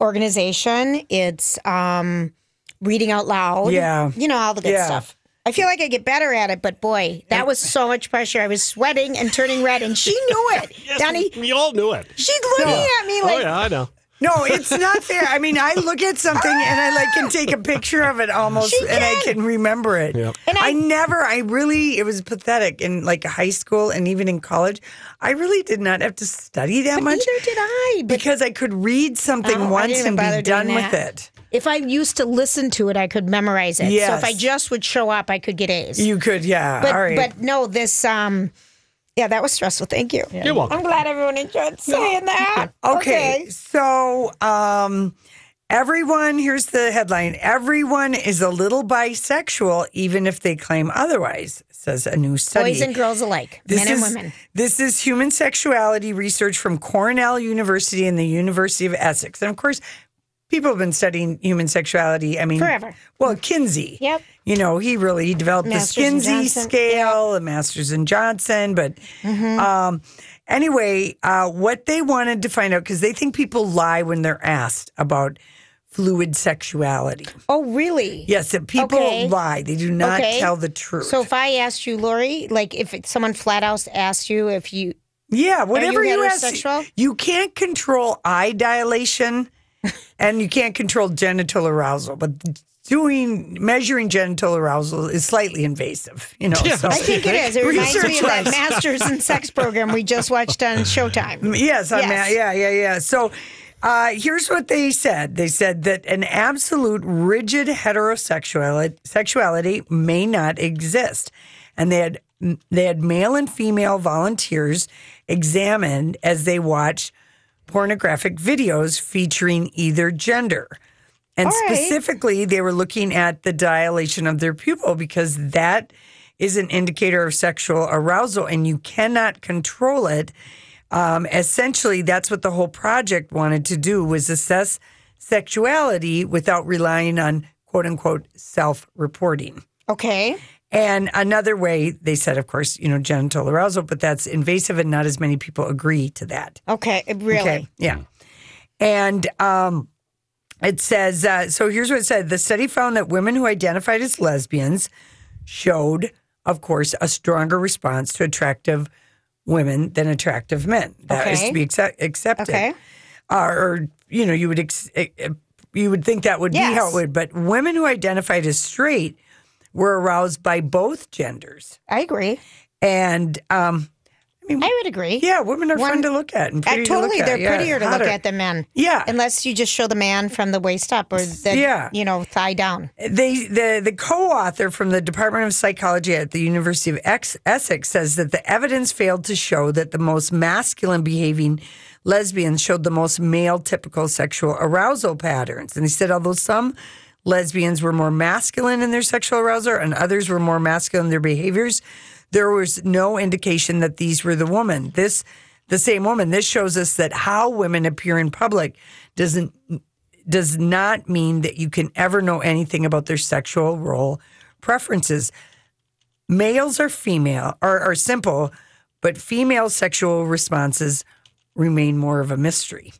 S4: organization. It's um, reading out loud.
S3: Yeah.
S4: you know all the good
S3: Yeah.
S4: stuff. I feel like I get better at it, but boy, that was so much pressure. I was sweating and turning red, and she knew
S1: *laughs*
S4: it. Donnie,
S1: We all knew it.
S4: she's looking at me like,
S1: oh yeah, I know.
S3: No, it's not fair. I mean, I look at something and I like can take a picture of it almost,
S4: She
S3: and I
S4: did.
S3: can remember it.
S1: Yep.
S3: And I, never, I really, it was pathetic in like high school and even in college. I really did not have to study that much.
S4: Neither did I. but-
S3: because I could read something
S4: Oh, I
S3: once
S4: didn't
S3: and be
S4: bother doing
S3: done with
S4: that.
S3: it.
S4: If I used to listen to it, I could memorize it. So
S3: Yes.
S4: if I just would show up, I could get A's.
S3: You could, yeah.
S4: but
S3: All right.
S4: but no, this um, yeah, that was stressful. Thank you.
S3: You're welcome.
S4: I'm glad everyone enjoyed saying that.
S3: *laughs* Okay.
S4: okay.
S3: So, um, everyone, here's the headline Everyone is a little bisexual, even if they claim otherwise, says a new study.
S4: Boys and girls alike,
S3: This
S4: men and
S3: is-
S4: women.
S3: This is human sexuality research from Cornell University and the University of Essex. And of course, people have been studying human sexuality. I mean,
S4: Forever.
S3: Well, Kinsey.
S4: Yep.
S3: You know, he really he developed
S4: Masters and
S3: the Kinsey
S4: Johnson, Mm-hmm.
S3: scale, the Masters and Johnson. But um, anyway, uh, what they wanted to find out, because they think people lie when they're asked about fluid sexuality.
S4: Oh, really?
S3: Yes, that people
S4: Okay.
S3: lie. They do not
S4: Okay.
S3: tell the truth.
S4: So if I asked you, Lori, like if it's someone flat out asked you if you,
S3: Yeah, whatever
S4: you
S3: you, ask.
S4: heterosexual?
S3: You can't control eye
S4: *laughs*
S3: dilation and you can't control genital arousal, but doing measuring genital arousal is slightly invasive, you *laughs* know. so-
S4: I think it is.
S3: *laughs*
S4: It reminds me of that
S3: Research-wise. *laughs*
S4: Masters in Sex program we just watched on Showtime.
S3: Yes, I mean,
S4: Yes.
S3: yeah, yeah, yeah. So Uh, here's what they said. They said that an absolute rigid heterosexuality sexuality may not exist, and they had they had male and female volunteers examined as they watched pornographic videos featuring either gender. And
S4: All right.
S3: specifically, they were looking at the dilation of their pupil because that is an indicator of sexual arousal and you cannot control it. Um, essentially, that's what the whole project wanted to do was assess sexuality without relying on quote unquote self reporting.
S4: Okay.
S3: And another way, they said, of course, you know, genital arousal, but that's invasive and not as many people agree to that.
S4: Okay, really? Hmm.
S3: Yeah. And um, it says uh, so here's what it said the study found that women who identified as lesbians showed, of course, a stronger response to attractive women than attractive men. That is
S4: Okay.
S3: to be accept- accepted.
S4: Okay.
S3: Uh, or, you know, you would. Ex- eh, eh, you would think that would be how
S4: Yes.
S3: it would, but women who identified as straight were aroused by both genders.
S4: I agree.
S3: And um, I mean,
S4: I would agree.
S3: Yeah, women are fun to look at. And
S4: Uh,
S3: pretty to look
S4: totally,
S3: at,
S4: they're
S3: yeah,
S4: prettier to
S3: hotter.
S4: look at than men.
S3: Yeah,
S4: unless you just show the man from the waist up or the
S3: Yeah.
S4: you know thigh down.
S3: They, the the co-author from the Department of Psychology at the University of Ex- Essex says that the evidence failed to show that the most masculine behaving lesbians showed the most male typical sexual arousal patterns. And he said although some lesbians were more masculine in their sexual arousal and others were more masculine in their behaviors, there was no indication that these were the woman. This the same woman. This shows us that how women appear in public doesn't does not mean that you can ever know anything about their sexual role preferences. Males are female are, are simple, but female sexual responses remain more of a mystery.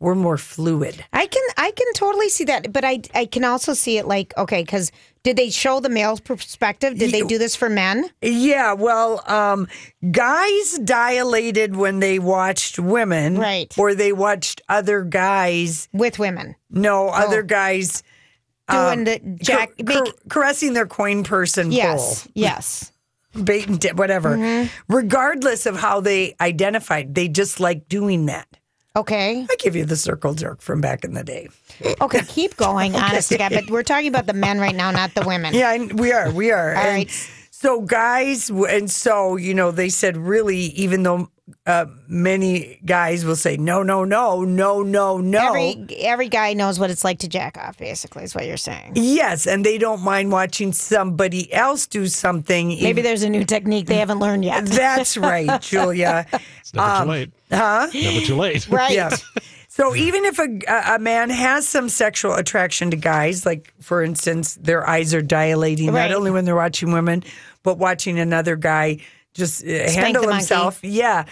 S3: We're more fluid.
S4: I can I can totally see that, but I I can also see it like okay, because did they show the male perspective? Did they do this for men?
S3: Yeah, well, um, guys dilated when they watched women,
S4: Right.
S3: Or they watched other guys
S4: with women. Oh.
S3: No, other guys um,
S4: Doing the jack-
S3: ca- ca- caressing their coin person.
S4: Yes,
S3: pole.
S4: yes. Mm-hmm.
S3: bait and dip, whatever. Regardless of how they identified, they just like doing that.
S4: Okay.
S3: I give you the circle jerk from back in the day.
S4: *laughs* Okay, keep going, honest to God. But we're talking about the men right now, not the women.
S3: Yeah, and we are. We are.
S4: All
S3: and
S4: right.
S3: So, guys, w- and so, you know, they said really, even though uh, many guys will say, no, no, no, no, no, no.
S4: Every every guy knows what it's like to jack off, basically, is what you're saying.
S3: yes, and they don't mind watching somebody else do something.
S4: Maybe there's a new technique they haven't learned yet.
S3: *laughs* That's right, Julia. it's
S1: never too late.
S3: Huh?
S1: Never too
S4: *laughs*
S1: late.
S4: Right.
S3: So even if a, a man has some sexual attraction to guys, like for instance, their eyes are dilating
S4: Right.
S3: not only when they're watching women, but watching another guy just uh, handle
S4: the monkey.
S3: himself. Yeah,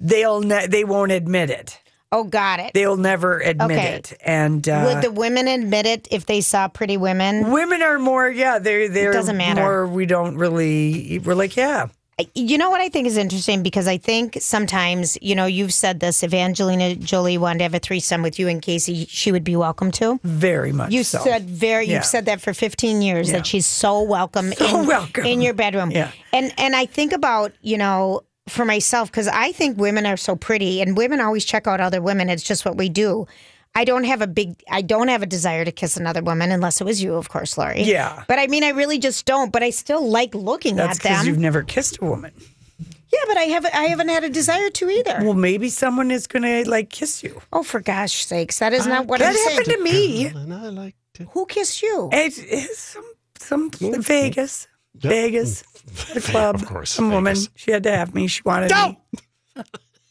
S3: they'll ne- they won't admit it.
S4: Oh, got it.
S3: They'll never admit
S4: Okay.
S3: it. And uh,
S4: Would the women admit it if they saw pretty women?
S3: women are more yeah they're they're
S4: doesn't matter.
S3: more we don't really we're like yeah
S4: You know what I think is interesting because I think sometimes, you know, you've said this if Angelina Jolie wanted to have a threesome with you and Casey, she would be welcome to.
S3: very much
S4: You
S3: so.
S4: said very
S3: Yeah.
S4: you've said that for 15 years
S3: Yeah.
S4: that she's so welcome
S3: So *laughs*
S4: in
S3: welcome.
S4: in your bedroom.
S3: Yeah.
S4: And and I think about, you know, for myself cuz I think women are so pretty and women always check out other women. It's just what we do. I don't have a big I don't have a desire to kiss another woman unless it was you, of course, Lori.
S3: Yeah.
S4: But I mean I really just don't, but I still like looking
S3: that's
S4: at
S3: because
S4: them.
S3: you've never kissed a woman.
S4: Yeah, but I haven't. I haven't had a desire to either.
S3: Well, maybe someone is gonna like kiss you.
S4: Oh, for gosh sakes, that is not what
S3: that
S4: I'm saying.
S3: happened to me.
S4: Who kissed you?
S3: It, it's some some Vegas,
S1: Yep.
S3: Vegas, the club.
S1: Mm. of course,
S3: some woman.
S1: Vegas.
S3: She had to have me. She wanted me.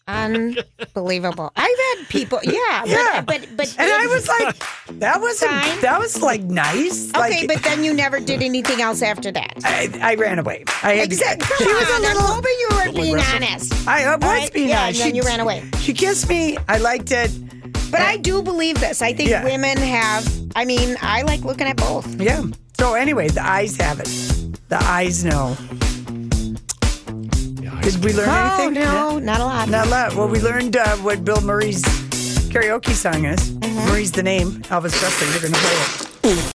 S4: Unbelievable. I've had people. Yeah,
S3: *laughs* Yeah.
S4: But, but but
S3: And I was like, that was
S4: Fine.
S3: that was like nice.
S4: okay,
S3: like,
S4: but then you never did anything else after that.
S3: I, I ran away. I had
S4: Exactly.
S3: To, she was a
S4: I'm
S3: little.
S4: hoping you were being
S3: aggressive.
S4: honest.
S3: I uh, was
S4: All right,
S3: being
S4: yeah,
S3: honest.
S4: and then you ran away.
S3: She kissed me. I liked it.
S4: But I do believe this. I think
S3: Yeah.
S4: women have. I mean, I like looking at both.
S3: Yeah. So anyway, the eyes have it. The eyes know. Did we learn
S4: Oh,
S3: anything?
S4: no, not a lot.
S3: Not a lot. Well, we learned uh, what Bill
S4: Mm-hmm.
S3: Murray's karaoke song is. Murray's the name. Elvis Presley. We're going to play it.